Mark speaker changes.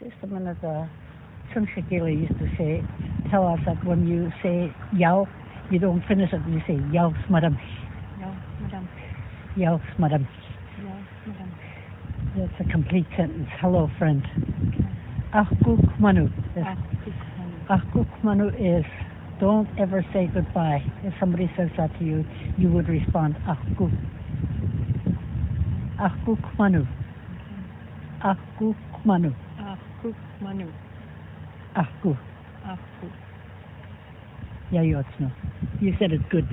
Speaker 1: Just a minute, uh, Sun Shakila used to say, tell us that when you say yao, you don't finish it, you say yao smadam,
Speaker 2: No, madam.
Speaker 1: yao smadam.
Speaker 2: No, madam.
Speaker 1: That's a complete sentence. Hello, friend. Achkuk manu. is-
Speaker 2: Ah, please, madam.
Speaker 1: Achkuk manu is don't ever say goodbye. If somebody says that to you, you would respond "Ah, achkuk. Achkuk manu. Achkuk manu.
Speaker 2: Ah, cook, manu.
Speaker 1: Achkuk.
Speaker 2: Ah, cook.
Speaker 1: Yeah, you ought to know. You said it good.